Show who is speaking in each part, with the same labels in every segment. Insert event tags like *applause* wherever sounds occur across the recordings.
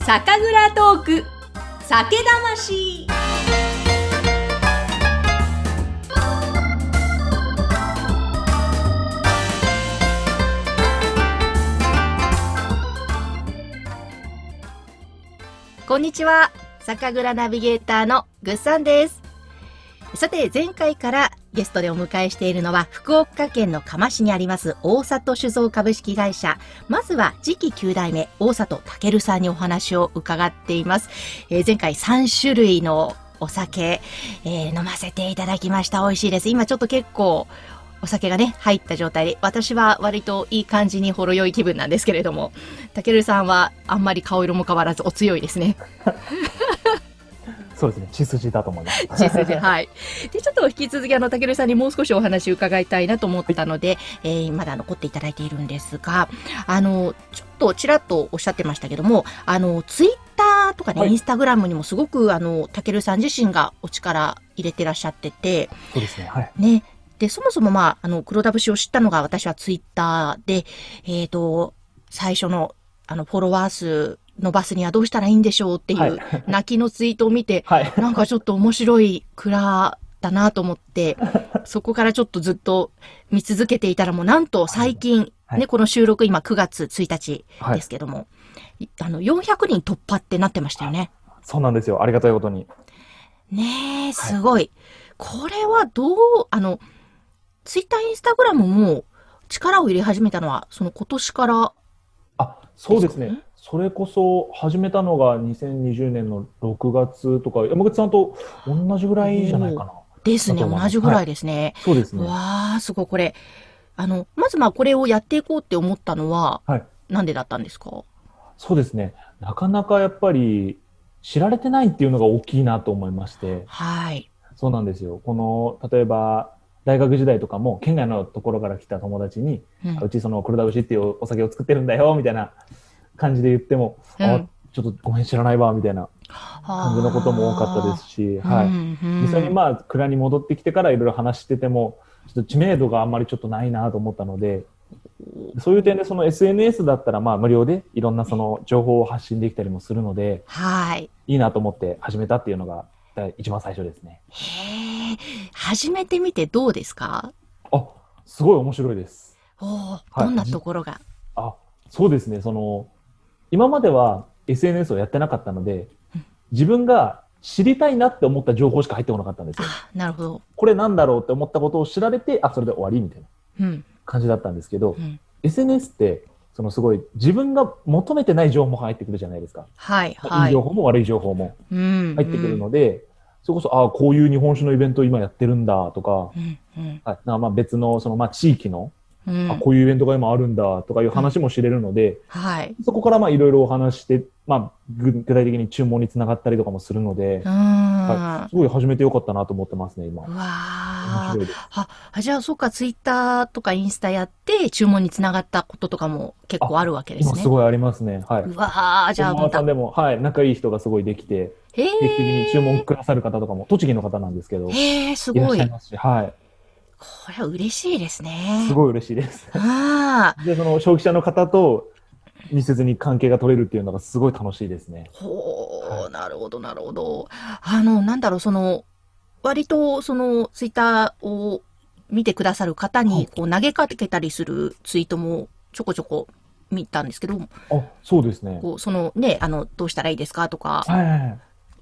Speaker 1: 酒蔵トーク酒魂
Speaker 2: こんにちは。酒蔵ナビゲーターのぐっさんです。さて、前回からゲストでお迎えしているのは、福岡県の釜市にあります、大里酒造株式会社。まずは、次期9代目、大里健さんにお話を伺っています。えー前回3種類のお酒、えー飲ませていただきました。美味しいです。今ちょっと結構、お酒がね、入った状態で、私は割といい感じにほろ酔い気分なんですけれども、たけるさんはあんまり顔色も変わらずお強いですね。
Speaker 3: そうですね、血筋だと思い
Speaker 2: *laughs*
Speaker 3: ます。
Speaker 2: 血筋はい。で、ちょっと引き続き、あの、たけるさんにもう少しお話伺いたいなと思ったので、えーまだ残っていただいているんですが、あの、ちょっとちらっとおっしゃってましたけども、あの、ツイッターとかね、
Speaker 3: はい
Speaker 2: インスタグラムにもすごく、あの、たけるさん自身がお力入れてらっしゃってて、
Speaker 3: そうですね、はい。
Speaker 2: ね。で、そもそもまあ、あの、黒田節を知ったのが私はツイッターで、えっ、と、最初の、あの、フォロワー数伸ばすにはどうしたらいいんでしょうってい
Speaker 3: は
Speaker 2: う
Speaker 3: い、
Speaker 2: 泣きのツイートを見て、
Speaker 3: はい。
Speaker 2: なんかちょっと面白い蔵だなと思って、
Speaker 3: *laughs*
Speaker 2: そこからちょっとずっと見続けていたらもうなんと最近、
Speaker 3: はい
Speaker 2: ね、この収録今9月1日
Speaker 3: は
Speaker 2: で
Speaker 3: い
Speaker 2: す。けども、いあの、400人突破ってなってましたよね。
Speaker 3: そうなんですよ。ありがたいことに。
Speaker 2: ねえ、すごい。これはどう、あの、ツイッター、インスタグラムも力を入れ始めたのは、その今年から、
Speaker 3: あ、そうです
Speaker 2: です
Speaker 3: ね
Speaker 2: か。
Speaker 3: それこそ始めたのが2020年の6月とか、山口さんと同じぐらいじゃないかな。
Speaker 2: ですね、
Speaker 3: だと思い
Speaker 2: 同
Speaker 3: ます
Speaker 2: じぐらいですね。
Speaker 3: そうですね。
Speaker 2: わあ、すごい、これ。あの、まずまあこれをやっていこうって思ったのは、
Speaker 3: はい
Speaker 2: なんでだったんですか
Speaker 3: そうですね。なかなかやっぱり知られてないっていうのが大きいなと思いまして。
Speaker 2: はい。
Speaker 3: そうなんですよ。この、例えば、大学時代とかも県外のところから来た友達に、
Speaker 2: うん
Speaker 3: うちその黒田節っていうお酒を作ってるんだよ、みたいな感じで言っても、
Speaker 2: うん
Speaker 3: あ、ちょっとごめん知らないわ、みたいな感じのことも多かったですし、
Speaker 2: あー
Speaker 3: はい。
Speaker 2: うんうん
Speaker 3: 実際にまあ、蔵に戻ってきてからいろいろ話してても、ちょっと知名度があんまりちょっとないなと思ったので、そういう点でその SNS だったらまあ無料でいろんなその情報を発信できたりもするので、
Speaker 2: はい。
Speaker 3: いいなと思って始めたっていうのが第一番最初ですね。
Speaker 2: へえ。始めてみてどうですか
Speaker 3: あ、すごい面白いです。
Speaker 2: おー
Speaker 3: はい
Speaker 2: どんなところが。
Speaker 3: あ、そうですね。その、今までは SNS をやってなかったので
Speaker 2: うん、
Speaker 3: 自分が知りたいなって思った情報しか入ってこなかったんですよ。
Speaker 2: あ、なるほど。
Speaker 3: これなんだろうって思ったことを調べて、あ、それで終わりみたいな
Speaker 2: うん。
Speaker 3: 感じだったんですけど、
Speaker 2: うん
Speaker 3: SNS って、そのすごい自分が求めてない情報も入ってくるじゃないですか。
Speaker 2: はい、
Speaker 3: い、
Speaker 2: はいい。
Speaker 3: 情報も悪い情報も
Speaker 2: うん
Speaker 3: 入ってくるので、それこそ、あこういう日本酒のイベント今やってるんだとか、
Speaker 2: うん、うん、
Speaker 3: あなんかまあ別のそのまあ地域の、
Speaker 2: うん。
Speaker 3: あこういうイベントが今あるんだとかいう話も知れるので、
Speaker 2: はい。
Speaker 3: そこからまあいろいろお話して、まあ、ぐ具体的に注文につながったりとかもするので
Speaker 2: う、ーん。
Speaker 3: はい、すごい始めてよかったなと思ってますね、今。
Speaker 2: う
Speaker 3: 面
Speaker 2: わあ
Speaker 3: 白いです。
Speaker 2: あ、じゃあ、そうか、ツイッターとかインスタやって、注文につながったこととかも結構あるわけです
Speaker 3: 今
Speaker 2: ね。。
Speaker 3: すごいありますね。はいう
Speaker 2: わあ、じゃあ、
Speaker 3: 本間
Speaker 2: ま
Speaker 3: さ
Speaker 2: た
Speaker 3: ん。でも、はい、仲いい人がすごいできて、
Speaker 2: へ
Speaker 3: 定期的に注文
Speaker 2: え。
Speaker 3: くださる方とかも、栃木の方なんですけど、い
Speaker 2: へえ、す
Speaker 3: らっ
Speaker 2: ご
Speaker 3: しゃ
Speaker 2: い
Speaker 3: い。ますし、は
Speaker 2: これは嬉しいです
Speaker 3: い。
Speaker 2: ね
Speaker 3: す。ごい嬉しいです。
Speaker 2: ああ、
Speaker 3: で、その消費者の方と密接に関係が取れるっていうのがすごい楽しいですね。
Speaker 2: ほ
Speaker 3: は
Speaker 2: う、なるほど、なるほど。あの、なんだろう、その、割と、その、ツイッターを見てくださる方
Speaker 3: は
Speaker 2: に、
Speaker 3: い
Speaker 2: こう、投げかけたりするツイートもちょこちょこ見たんですけど、
Speaker 3: あ、そうですね。
Speaker 2: こう、そのね、あの、どうしたらいいですかとか、
Speaker 3: はいはいはい。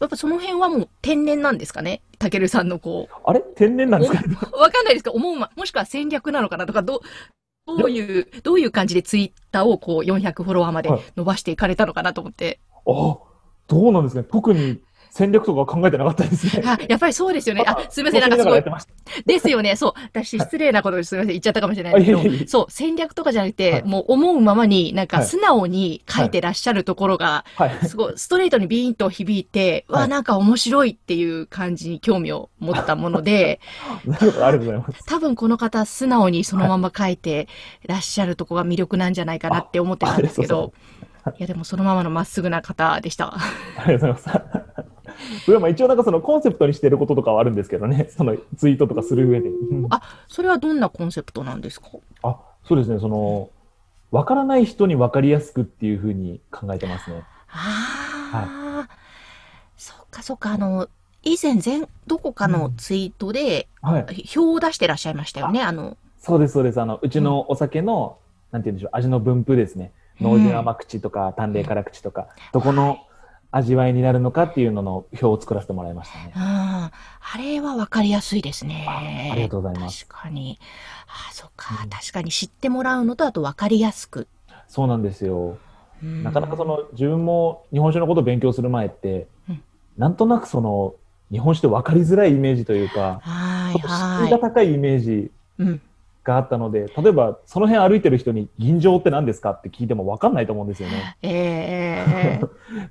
Speaker 2: やっぱその辺はもう天然なんですかねたけるさんのこ
Speaker 3: あれ天然なんですか
Speaker 2: う、わかんないですか思うま、もしくは戦略なのかなとか、どう、どういう、どういう感じでツイッターをこう400フォロワーまで
Speaker 3: はい
Speaker 2: 伸ばしていかれたのかなと思って。
Speaker 3: あ、どうなんですかね。特に戦略とかは考えてなかったですね。
Speaker 2: あ、やっぱりそうですよね。あ、すみません、なん
Speaker 3: 楽
Speaker 2: かすご
Speaker 3: しみがらや
Speaker 2: い
Speaker 3: って。ました
Speaker 2: ですよね。そう。私、失礼なことですみません、言っちゃったかもしれないですけ
Speaker 3: あいえいえい
Speaker 2: ど、
Speaker 3: え
Speaker 2: そう、戦略とかじゃなくて、
Speaker 3: はい
Speaker 2: もう思うままに、なんか
Speaker 3: はい
Speaker 2: 素直に書いてらっしゃるところが、
Speaker 3: はい。
Speaker 2: すごい、ストレートにビーンと響いて、
Speaker 3: はい
Speaker 2: わ、なんか面白いっていう感じに興味を持ったもので、
Speaker 3: な *laughs* るほど、ありがとうございます。
Speaker 2: 多分この方素直にそのまま書いてらっしゃるとこが魅力なんじゃないかなって思ってたんですけど、いやでもそのままのまっすぐな方でした。
Speaker 3: ありがとうございます。そ *laughs* れはまあ一応なんかそのコンセプトにしてることとかはあるんですけどね。そのツイートとかする上で。
Speaker 2: あそれはどんなコンセプトなんですか
Speaker 3: あ、そうですね。その、わからない人にわかりやすくっていうふうに考えてますね。
Speaker 2: あああ、そっかそっか、あの、以前、全、どこかのツイートで、
Speaker 3: はい。
Speaker 2: 表を出してらっしゃいましたよね、あの、
Speaker 3: そうです、そうです。あの、うちのお酒の、なんて言うんでしょう、味の分布ですね。濃
Speaker 2: うん
Speaker 3: 純甘口とか、淡麗辛口とか、どこの味わいになるのかっていうのの表を作らせてもらいましたね
Speaker 2: う。ん、あれはわかりやすいですね。
Speaker 3: あありがとうございます。
Speaker 2: 確かに。ああ、そっか、
Speaker 3: うん
Speaker 2: 確かに知ってもらうのと、あとわかりやすく。
Speaker 3: そうなんですよ。
Speaker 2: な
Speaker 3: なかなかそ、の、自分も日本酒のことを勉強する前って
Speaker 2: うん、
Speaker 3: なんとなくその、日本酒って分かりづらいイメージというか、
Speaker 2: はい
Speaker 3: ちょっと
Speaker 2: は
Speaker 3: 敷居
Speaker 2: い。
Speaker 3: が高いイメージ
Speaker 2: うん。
Speaker 3: があったので、例えばその辺歩いてる人に吟醸って何ですかって聞いても分かんないと思うんですよね。
Speaker 2: えええええ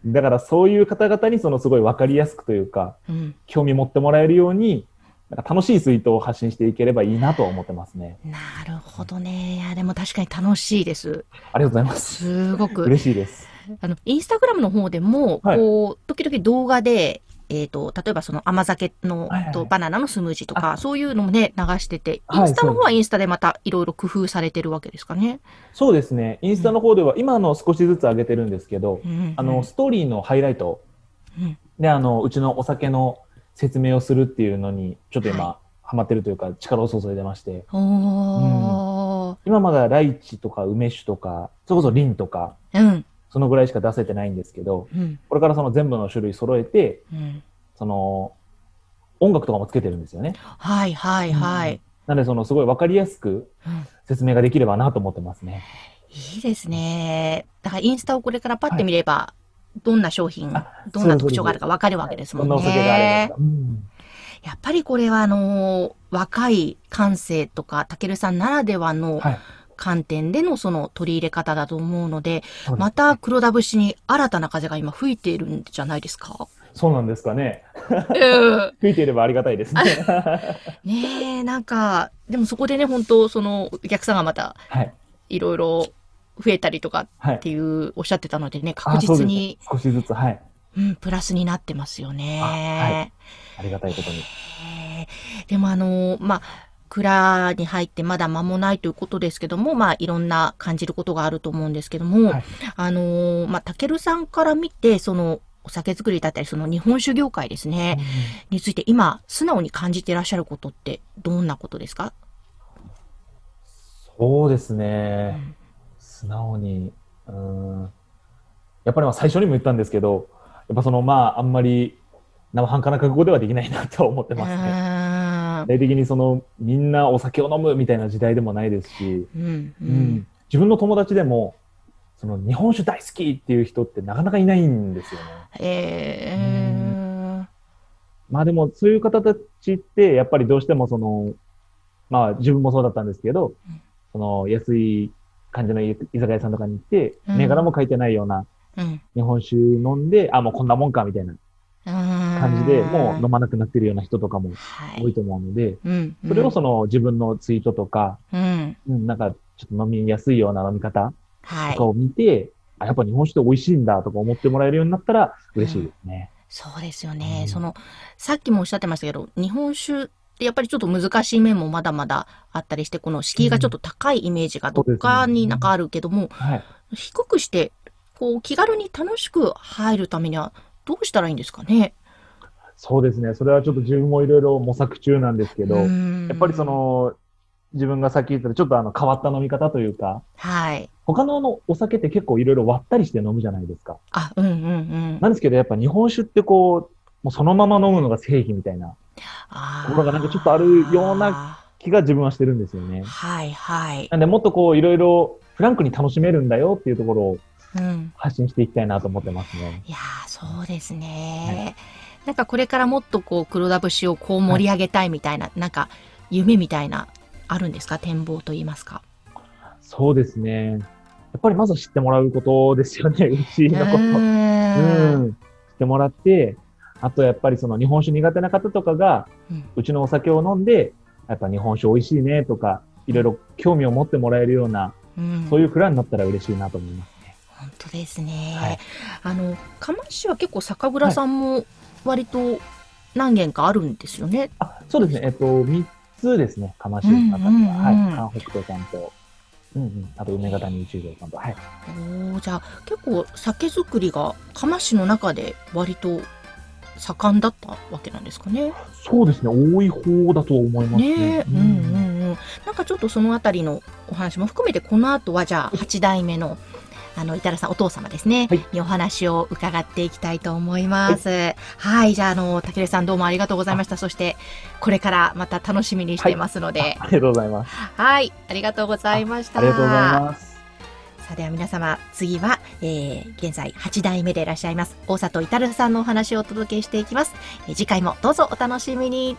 Speaker 3: *laughs* だからそういう方々にそのすごい分かりやすくというか、
Speaker 2: えうん。
Speaker 3: 興味持ってもらえるように、なんか楽しいツイートを発信していければいいなとは思ってますね。
Speaker 2: なるほどね。いや、でも確かに楽しいです。
Speaker 3: ありがとうございます。
Speaker 2: すごく。
Speaker 3: 嬉しいです。
Speaker 2: あの、インスタグラムの方でも、
Speaker 3: はい
Speaker 2: こう、時々動画で、えっ、と、例えばその甘酒の、
Speaker 3: はいはい
Speaker 2: とバナナのスムージーとか、
Speaker 3: あ
Speaker 2: そういうのもね、流してて、イ
Speaker 3: はい
Speaker 2: ンスタの方
Speaker 3: そう
Speaker 2: はインスタでまたいろいろ工夫されてるわけですかね。
Speaker 3: そうですね。インスタの方では、今あの少しずつ上げてるんですけど、
Speaker 2: うん
Speaker 3: あの、ストーリーのハイライト
Speaker 2: うん
Speaker 3: で、あの、うちのお酒の説明をするっていうのに、ちょっと今、ハマってるというか、力を注いでまして、
Speaker 2: おー。
Speaker 3: 今まだライチとか梅酒とか、それこそリンとか、
Speaker 2: うん。
Speaker 3: そのぐらいしか出せてないんですけど、
Speaker 2: うん。
Speaker 3: これからその全部の種類揃えて、
Speaker 2: うん。
Speaker 3: その、音楽とかもつけてるんですよね。
Speaker 2: はいはいはい。
Speaker 3: なので、そのすごいわかりやすく
Speaker 2: うん
Speaker 3: 説明ができればなと思ってますね。
Speaker 2: いいですね。だからインスタをこれからパッて見れば、どんな商品
Speaker 3: あ、
Speaker 2: どんな特徴があるかわかるわけですも
Speaker 3: そんなんお酒があれ
Speaker 2: ね
Speaker 3: ば。。うん
Speaker 2: やっぱりこれはあのー若い感性とか、たけるさんならではの
Speaker 3: はい
Speaker 2: 観点でのその取り入れ方だと思うので、
Speaker 3: そうです
Speaker 2: また黒田節に新たな風が今吹いているんじゃないですか。
Speaker 3: そうなんですかね。
Speaker 2: うん
Speaker 3: 吹いていればありがたいですね。
Speaker 2: ねえ、なんか、でもそこでね、本当そのお客さんがまた
Speaker 3: *laughs* はい。
Speaker 2: いろいろ増えたりとか
Speaker 3: は
Speaker 2: っ
Speaker 3: い。
Speaker 2: ていうおっしゃってたのでね、
Speaker 3: あ
Speaker 2: 確実に、
Speaker 3: そうですね少しずつ、はい。
Speaker 2: うん、プラスになってますよ
Speaker 3: あは
Speaker 2: ね。
Speaker 3: ありがたいことに。
Speaker 2: へーでもあのーまあ、蔵に入ってまだ間もないということですけども、まあ、いろんな感じることがあると思うんですけども、
Speaker 3: はい
Speaker 2: あのーまあ、たけるさんから見て、その、お酒作りだったり、その日本酒業界ですね、について今、素直に感じていらっしゃることって、どんなことですか
Speaker 3: そうですね。素直に。うーん。やっぱりまあ最初にも言ったんですけど、やっぱそのまああんまり生半可な覚悟ではできないなとは思って
Speaker 2: う
Speaker 3: ますね。
Speaker 2: ーん
Speaker 3: 具体的にそのみんなお酒を飲むみたいな時代でもないですし、
Speaker 2: うん、う
Speaker 3: うんん。自分の友達でも、その日本酒大好きっていう人ってなかなかいないんですよね。
Speaker 2: えー
Speaker 3: まあでも、そういう方たちって、やっぱりどうしてもその、まあ自分もそうだったんですけど、
Speaker 2: うん
Speaker 3: その安い感じの居酒屋さんとかに行って、
Speaker 2: うん
Speaker 3: 銘柄も書いてないような
Speaker 2: うん。
Speaker 3: 日本酒飲んで、あ、もうこんなもんか、みたいな感
Speaker 2: 感
Speaker 3: じで、もう飲まなくなってるような人とかも
Speaker 2: は
Speaker 3: 多い
Speaker 2: い。
Speaker 3: と思うので、
Speaker 2: うん。
Speaker 3: それをその自分のツイートとか、
Speaker 2: うん。
Speaker 3: うん、なんかちょっと飲みやすいような飲み方
Speaker 2: は
Speaker 3: と
Speaker 2: い
Speaker 3: か。を見て、あ、やっぱ日本酒って美味しいんだとか思ってもらえるようになったら嬉しいですね。
Speaker 2: そうですよね。
Speaker 3: うん
Speaker 2: その、さっきもおっしゃってましたけど、日本酒ってやっぱりちょっと難しい面もまだまだあったりして、この敷居がちょっと高いイメージがどっかになんかあるけども、
Speaker 3: はい。
Speaker 2: 低くして、こう、気軽に楽しく入るためには、どうしたらいいんですかね。
Speaker 3: そうですね。それはちょっと自分もいろいろ模索中なんですけど、や
Speaker 2: や
Speaker 3: っぱりそ、の、自分がさっき言ったちょっとあの変わった飲み方というか、
Speaker 2: はい。
Speaker 3: 他のあのお酒って結構いろいろ割ったりして飲むじゃないですか。
Speaker 2: あ、うんうんうん。
Speaker 3: なんですけど、やっぱ日本酒ってこう、もうそのまま飲むのが正義みたいな
Speaker 2: あー
Speaker 3: 心がなんかちょっとあるような。気が自分はしてるんですよね。
Speaker 2: はいはい。
Speaker 3: なんでもっとこういろいろフランクに楽しめるんだよっていうところを
Speaker 2: うん。
Speaker 3: 発信していきたいなと思ってますね。
Speaker 2: いやー、そうですね。なんかこれからもっとこう黒田節をこう盛り上げたいみたいな、なんか夢みたいな、あるんですか展望と言いますか。
Speaker 3: そうですね。やっぱりまずは知ってもらうことですよね。う *laughs* ちのこと。
Speaker 2: ー
Speaker 3: うんん、してもらって、あとやっぱりその日本酒苦手な方とかが、
Speaker 2: う
Speaker 3: うんちのお酒を飲んで、やっぱ日本酒美味しいねとか、いろいろ興味を持ってもらえるような、
Speaker 2: うん
Speaker 3: そういう蔵になったら嬉しいなと思います。
Speaker 2: 本当ですね。
Speaker 3: はい
Speaker 2: あの、釜石は結構酒蔵さんも割と何軒かあるんですよね。
Speaker 3: あ、そうですね。えっと、3つですね。釜石の中には。
Speaker 2: うんうんうん
Speaker 3: はい。韓北斗さんと、うんうん、あと梅型に1秒間と、はい、
Speaker 2: おーじゃあ結構酒造りが釜市の中で割と盛んだったわけなんですかね。
Speaker 3: そうですね多い方だと思います
Speaker 2: ね
Speaker 3: ね
Speaker 2: え、うんうんうん。なんかちょっとそのあたりのお話も含めてこの後はじゃあ8代目のあの、いたらさん、お父様ですね、
Speaker 3: はい
Speaker 2: にお話を伺っていきたいと思います。はい、じゃあ、あの、竹部さんどうもありがとうございました。そして、これからまた楽しみにしていますので、はい、
Speaker 3: ありがとうございます
Speaker 2: ありがとうございました。
Speaker 3: ありがとうございます
Speaker 2: さあでは皆様、次は、えー、現在8代目でいらっしゃいます、大里至さんのお話をお届けしていきます。えー次回もどうぞお楽しみに。